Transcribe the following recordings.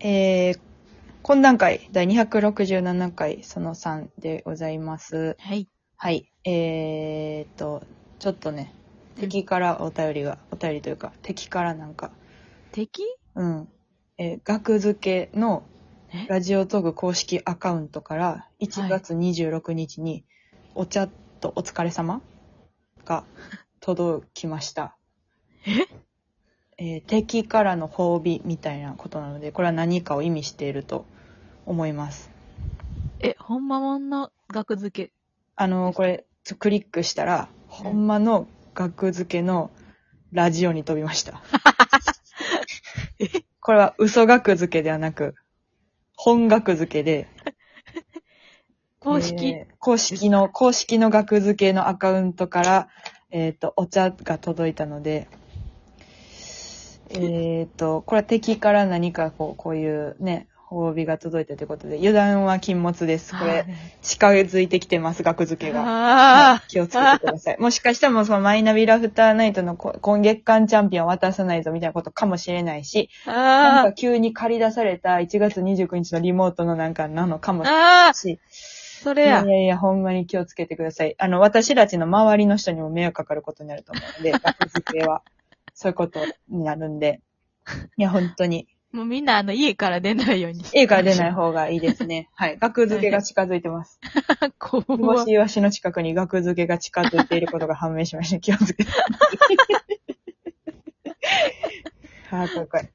えー、懇談会第267回その3でございます。はい。はい。えー、っと、ちょっとね、敵からお便りが、お便りというか、敵からなんか、敵うん。えー、学付けのえラジオトーク公式アカウントから1月26日に、お茶とお疲れ様が届きました。えー敵からの褒美みたいなことなので、これは何かを意味していると思います。え、ほんまもんの額付け。あのーこれ、ちょクリックしたら、ほんまの額付けのラジオに飛びま した。これは嘘額付けではなく、本額付けで、公式。えー公式の、公式の額付けのアカウントから、えっ、と、お茶が届いたので、えっ、と、これは敵から何かこう、こういうね、褒美が届いたということで、油断は禁物です。これ、近づいてきてます、額付けが。あーあ気をつけてください。もしかしたらもうそのマイナビラフターナイトのこ今月間チャンピオン渡さないぞみたいなことかもしれないし、ー、なんあか急に借り出された1月29日のリモートのなんかなのかもしー、れなあいし、ー、それいややい。やいや、ほんまに気をつけてください。あの、私たちの周りの人にも迷惑かかることになると思 うんで、学付けは、そういうことになるんで。いや、本当に。もうみんなあの家から出ないようにして。家から出ない方がいいですね。はい。学付けが近づいてます。こ うもしイワシの近くに学付けが近づいていることが判明しま した。気をつけて。はぁ、怖い怖い。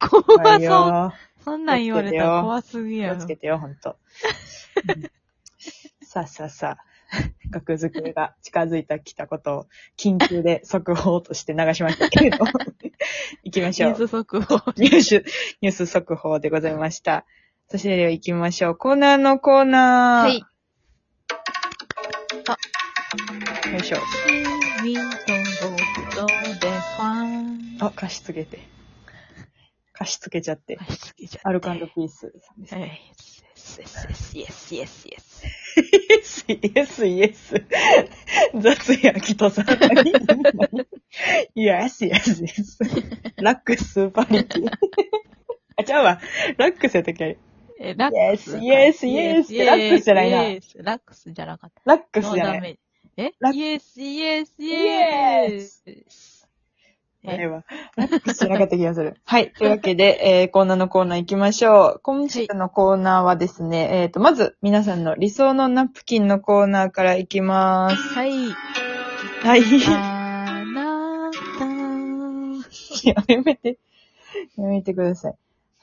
怖怖い そう。よ。そんなん言わ気をつけれたてよら怖すぎ気やをろつ。けてよ、ほん と。うんさあさあ さあ、学付けが近づいてきたことを緊急で速報として流しましたけれど、 行きましょう。水速報。ニュース、ニュース速報でございました。そしてでは行きましょう。コーナーのコーナー。はい。。よいしょ。ミントンゴールドでファン。あ、貸し付けて。貸し付けちゃって。あ、しつけちゃった。アルカンドピースさんです。はい。yes, yes, yes, yes, イ エス、イエス、イエス。雑や、きとさん。 イエス、イエス、イエス。ラックス、スーパーリティ。 あ、ちゃうわ。ラックスやったっけえ、ラックス。 Yes, yes, yes ラックスじゃないな Yes ラックスじゃなかった。ラックスじゃなノーダい。メえラッ ?Yes, yes, yes! Yes あれえは。ラックスじゃなかった気がする。 はい。というわけで、えー、コーナーのコーナー行きましょう。今週のコーナーはですね、えっ、と、まず、皆さんの理想のナプキンのコーナーから行きます。はい。はい。あなた。い ややめて。やめてください。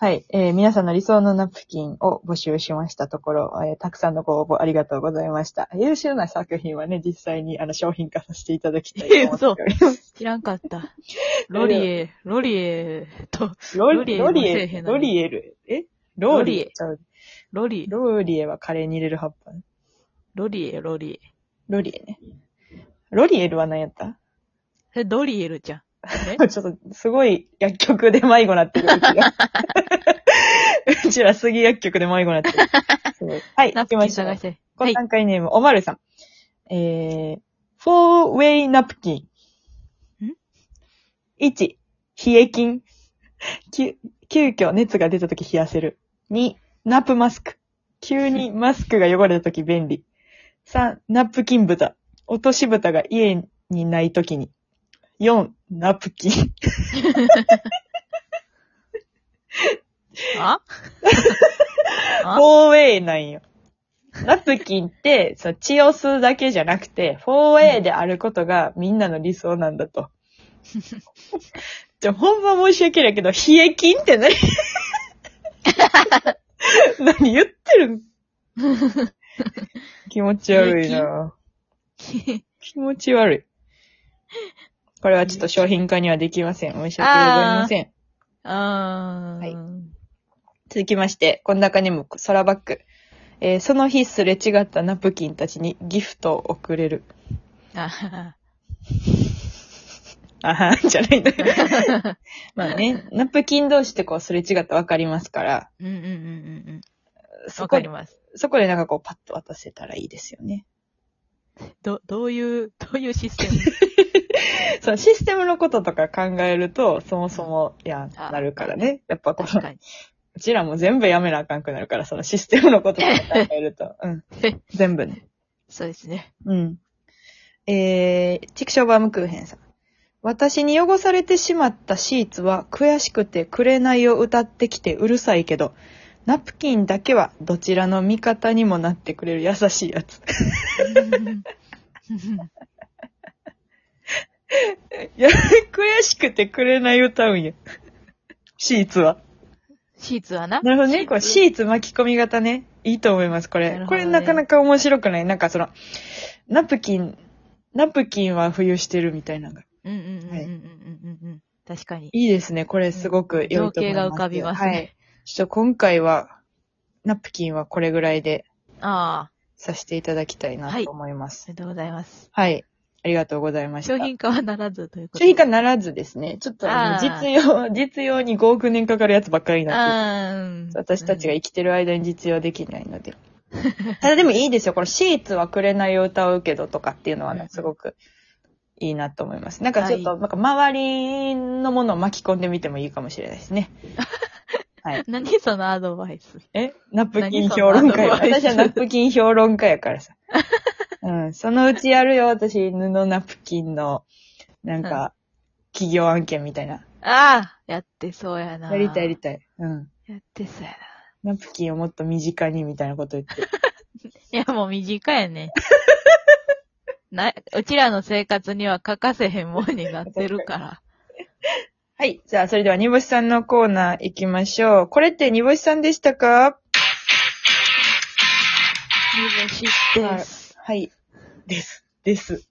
はい。えー皆さんの理想のナプキンを募集しましたところ、えーたくさんのご応募ありがとうございました。優秀な作品はね、実際にあの商品化させていただきたいと思っております。知らんか った。ロリエ、ロリエと、ロロリエロリもせえへエ、んのロにリエル、えローリロリエエ。ロリ、ローリエはカレーに入れる葉っぱ。ロリエ、ロリエ。ロリエね。ロリエルは何やった え、ドリエルちゃん。えちょっと、すごい薬局で迷子なってる。うちら うちら杉薬局で迷子なってる。すごいはい、 ナ行きまプキンしょう探し。て。こはのい。段階ネーム、おまるさん。えー、フォーウェイナプキン。ん ?1、冷え菌。き急遽熱が出た時冷やせる。2、ナプマスク。急 にマスクが汚れた時便利。3、ナプキン豚。落とし蓋が家にない時に。4、ナプキン。あフあォーウェイなんよ。ナプキンって、そう、血を吸うだけじゃなくて、フォーウェイであることがみんなの理想なんだと。じゃ、ほんま申し訳ないけど、冷え菌って何何言ってるん気持ち悪いな気持ち悪い。これはちょっと商品化にはできません。申し訳ございません。あはー。い続きまして、この中にも空バッグ。えーその日すれ違ったナプキンたちにギフトを贈れる。あは はあは ん、じゃないんだよ。まあね、ナプキン同士ってこうすれ違ったらわかりますから、うんうんうんうんうん。そわこかり、ます。そこでなんかこうパッと渡せたらいいですよね。 ど、どういう、どういうシステムそう、システムのこととか考えると、そもそも、いや、あなるからね。やっぱこ 確のかに。うちらも全部やめなあかんくなるから、そのシステムのこと考えると。 うん。全部ね。そうで すね。 うん。えー、チクショーバームクーヘンさん。私に汚されてしまったシーツは悔しくて紅を歌ってきてうるさいけど、ナプキンだけはどちらの味方にもなってくれる優しいやつ。 いや、悔しくて紅歌うんや。シーツは。シーツはな。なるほどね。これシーツ。ーツ巻き込み型ね。いいと思います、これ。なるほこどれねなかなか面白くないなんかその、ナプキン、ナプキンは浮遊してるみたいなのが。うんうんうんうんうんはいうんうん。確かに。いいですね。これすごく良いと思います。情景が浮かびますねはい。ちょっと今回は、ナプキンはこれぐらいでああ、させていただきたいなと思いまおす。めでとうございます。はい。ありがとうございました。商品化はならずということ商品化ならずですね。ちょっとあのあー実用、 実用に5億年かかるやつばっかりになってるあーうん。私たちがうん生きてる間に実用できない ので。ただでもいいですよ。このシーツは紅を歌うけどとかっていうのはうねんすごくいいなと思います。なんかちょっと、はいなんか周りのものを巻き込んでみてもいいかもしれないですね。はい。何そのアドバ イス。えナプキン評論会。何そのアドバイス私はナプキン評論家やから さ。うん。そのうちやるよ、私。布ナプキンの、なんか、企業案件みたいな。ああ、やってそうやな。やりたい、やりたい。うん。やってそうやな。ナプキンをもっと身近にみたいなこと言って。いや、もう短い ね。な、うちらの生活には欠かせへんもんになってるから。はい。じゃあ、それでは、煮干しさんのコーナー行きましょう。これって煮干しさんでしたか煮干しです。はい。です。です。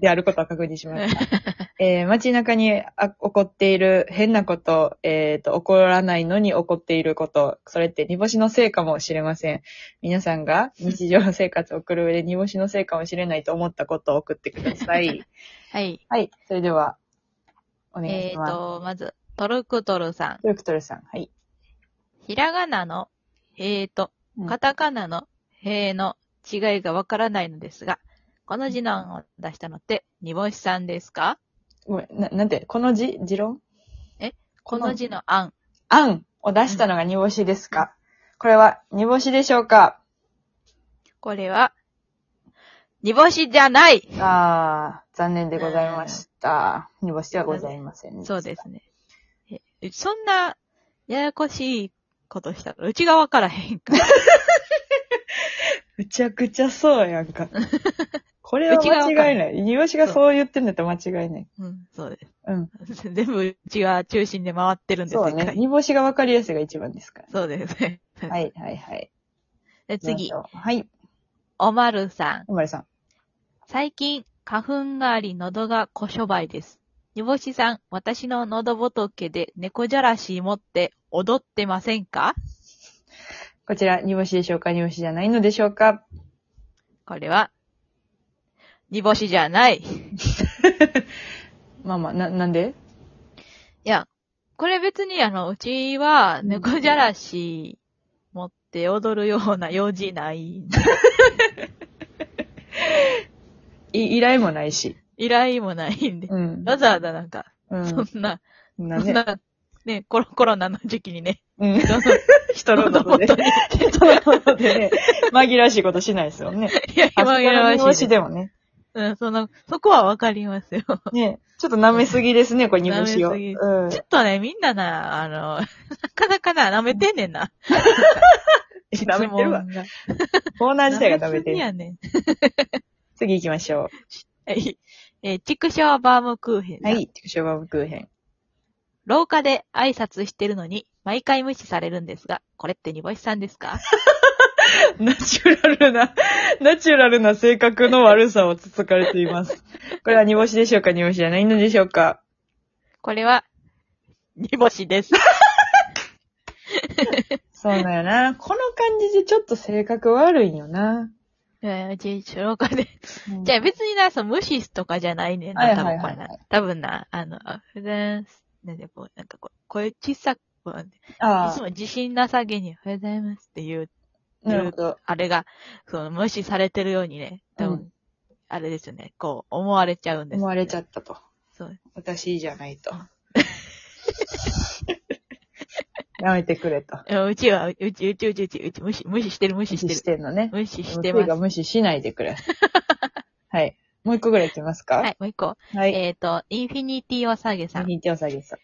であることは確認しました。 えー、街中にあ起こっている変なこと、えっ、と、起こらないのに起こっていること、それって煮干しのせいかもしれません。皆さんが日常生活を送る上で煮干しのせいかもしれないと思ったことを送ってください。 はい。はい。それでは、お願いえっ、します。と、まず、トルクトルさん。トルクトルさん。はい。ひらがなの、へーとうん、カタカナの、へーの違いがわからないのですが、この字段を出したのって、煮干しさんですかごめん、な、なんて、この字、持論えこの。字の案。案を出したのが煮干しですか、これは煮干しでしょうかこれは、煮干しじゃないああ、残念でございました。煮干しはございませんでしたそうで。すね。えそんな、ややこしいことしたら、うちがわからへんから。むちゃくちゃそうやん か。これはうちがわかる間違いない。煮干しがそう言ってんだったら間違いない。うん、そうでうん。す。全部うちが中心で回ってるんですそうね。。煮干しがわかりやすいが一番ですかそうですね。ら。はい、はい、はい。で次、行きましょうはい、おまるさん。おまるさん。最近、花粉があり、喉がこしょばいです。煮干しさん、私の喉仏で猫じゃらし持って踊ってませんかこちら、煮干しでしょうか煮干しじゃないのでしょうかこれは、煮干しじゃない。いまあまあ、な、なんでや、これ別にあの、うちは猫じゃらし持って踊るような用事ない。い依頼もないし。依頼もないんで。うん。わざわざなんか、うそん。んな、なそんね。な、ね、コロコロナの時期にね、うん。どの人のことで。人のことでね、紛らわしいことしないですよね。いや、今あそこの煮や干らししいで。でもね。うん、その、そこはわかりますよ。ねちょっと舐めすぎですね、これ煮干しを。舐うめすん。ぎちょっとね、みんなな、あの、 なかなかな、舐めてんねんな。舐めてるわ質問が。 コーナー自体が舐めて舐すぎる。やねん。次行きましょはい。えー、畜生バームクーヘン。う。は。い。畜生バームクーヘン。 廊下で挨拶してるのに、毎回無視されるんですが、これって煮干しさんですかナチュラルな、 ナチュラルな性格の悪さをつつかれています。 これは煮干しでしょうか煮干しじゃないのでしょうかこれは、煮干 しです。そうだよ な。この感じでちょっと性格悪いんよな。えーうち、廊下で。うんじゃあ別にな、その無視とかじゃないねんはな、い多はい分こはいれな。多分な、あの、あ普段、なんでこう、なんかこう、声小さく、こういあつも自信なさげに、おはようございますっていうあ、なるほど。あれが、その、無視されてるようにね、多分、うんあれですよね、こう、思われちゃうんです、思われちゃう。ったと。そう。私じゃないと。 やめてくれと。うんうちは、うち、うち、うち、うち、うち、無視、無視してる、無視無し視てるし。てんのね。無視して手まがす。無視しないで くれ。はい。もう一個ぐらいいきますかはい、もう一個。はい。えっ、と、インフィニティおさげさん。右手を下げさん。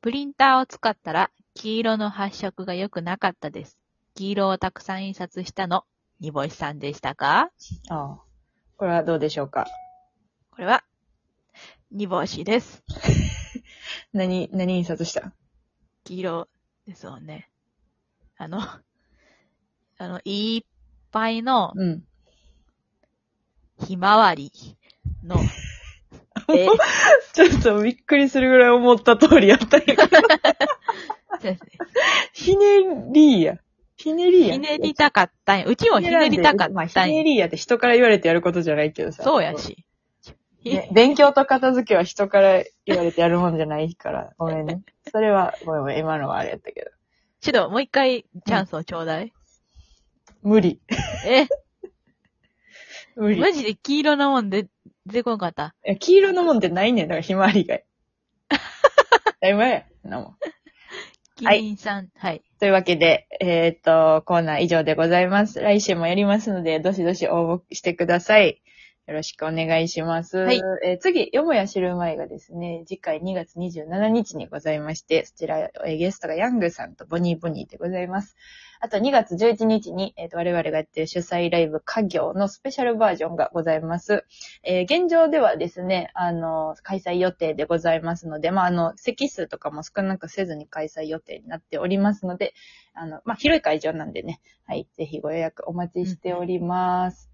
プリンターを使ったら、黄色の発色が良くなかったです。黄色をたくさん印刷したの、煮干しさんでしたかああ。これはどうでしょうかこれは、煮干しです。何、何印刷した黄色ですよね。あの、あの、いっぱいのうん。ひまわり の、えちょっとびっくりするぐらい思った通りやったんや けどそうですねひねりや。ひねりや。ひねりたかったんや。うちもひねりたかまあっひたんねや。りやって人から言われてやることじゃないけどさ。そうやし。ね勉強と片付けは人から言われてやるもんじゃないから、ごめんね。それは、ごめんごめん、今のはあれやったけど。ちょっともう一回チャンスをちょうだい。無理。え、無理。マジで黄色のもんで、出てこんかった。いや黄色のもんってないねん、だからひまわり以外。当たり前や。そんなもんキはいリンさん、はい。というわけで、えっ、と、コーナー以上でございます。来週もやりますので、どしどし応募してください。よろしくお願いします。はいえー次、よもや知る前がですね、次回2月27日にございまして、そちら、えーゲストがヤングさんとボニーボニーでございます。あと2月11日に、えーと我々がやってる主催ライブ家業のスペシャルバージョンがございます。えー現状ではですね、あの、開催予定でございますので、まあ、あの、席数とかも少なくせずに開催予定になっておりますので、あの、まあ、広い会場なんでね、はい、ぜひご予約お待ちしております。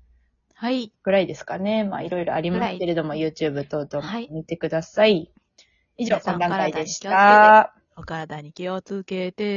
はい。ぐらいですかね。まあ、いろいろありますけれども、YouTube 等々はいも見てください。以上、皆さん3段階でしお体に気をた。つけてお体に気をつけて。